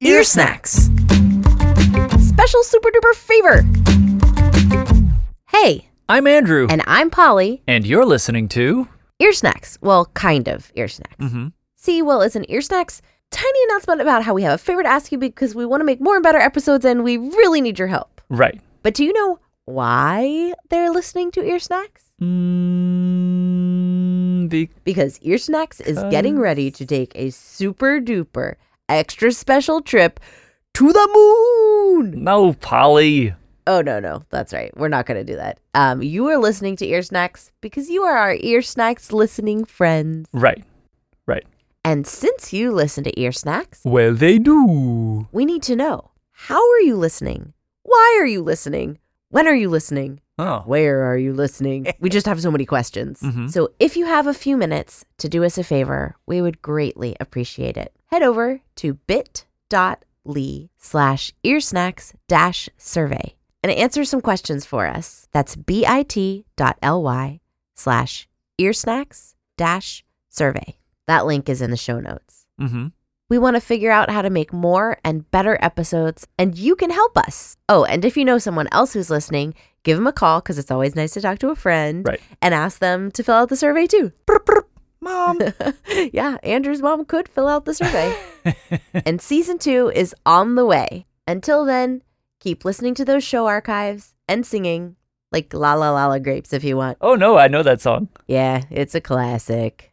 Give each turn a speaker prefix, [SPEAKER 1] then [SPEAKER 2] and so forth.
[SPEAKER 1] Ear snacks.
[SPEAKER 2] Special super duper favor. Hey,
[SPEAKER 3] I'm Andrew,
[SPEAKER 2] and I'm Polly.
[SPEAKER 3] and you're listening to
[SPEAKER 2] Ear snacks. Well, kind of ear snacks.
[SPEAKER 1] Mm-hmm.
[SPEAKER 3] Mm-hmm.
[SPEAKER 2] See, well, it's an ear snacks. Tiny announcement about how we have a favor to ask you because we want to make more and better episodes, and we really need your help.
[SPEAKER 3] right.
[SPEAKER 2] But do you know why they're listening to ear snacks?
[SPEAKER 3] Mm, the
[SPEAKER 2] Because Ear Snacks is getting ready to take a super duper extra special trip to the moon.
[SPEAKER 3] no, Polly.
[SPEAKER 2] Oh no, no, that's right. We're not gonna do that. Um, you are listening to Ear Snacks because you are our Ear Snacks listening friends.
[SPEAKER 3] Right, right.
[SPEAKER 2] And since you listen to Ear Snacks,
[SPEAKER 3] Well, they do.
[SPEAKER 2] we need to know how are you listening? Why are you listening? When are you listening?
[SPEAKER 3] Oh,
[SPEAKER 2] Where are you listening? We just have so many questions.
[SPEAKER 3] Mhm.
[SPEAKER 2] So if you have a few minutes to do us a favor, we would greatly appreciate it. Head over to bit.ly slash earsnacks dash survey and answer some questions for us. That's bit.ly slash earsnacks dash survey. That link is in the show notes.
[SPEAKER 3] mm-hmm.
[SPEAKER 2] We want to figure out how to make more and better episodes, and you can help us. Oh, and if you know someone else who's listening, give them a call because it's always nice to talk to a friend
[SPEAKER 3] Right.
[SPEAKER 2] and ask them to fill out the survey too.
[SPEAKER 3] Mom.
[SPEAKER 2] yeah, Andrew's mom could fill out the survey. and season two is on the way. Until then, keep listening to those show archives and singing like La La La La Grapes if you want.
[SPEAKER 3] oh no, I know that song.
[SPEAKER 2] Yeah, it's a classic.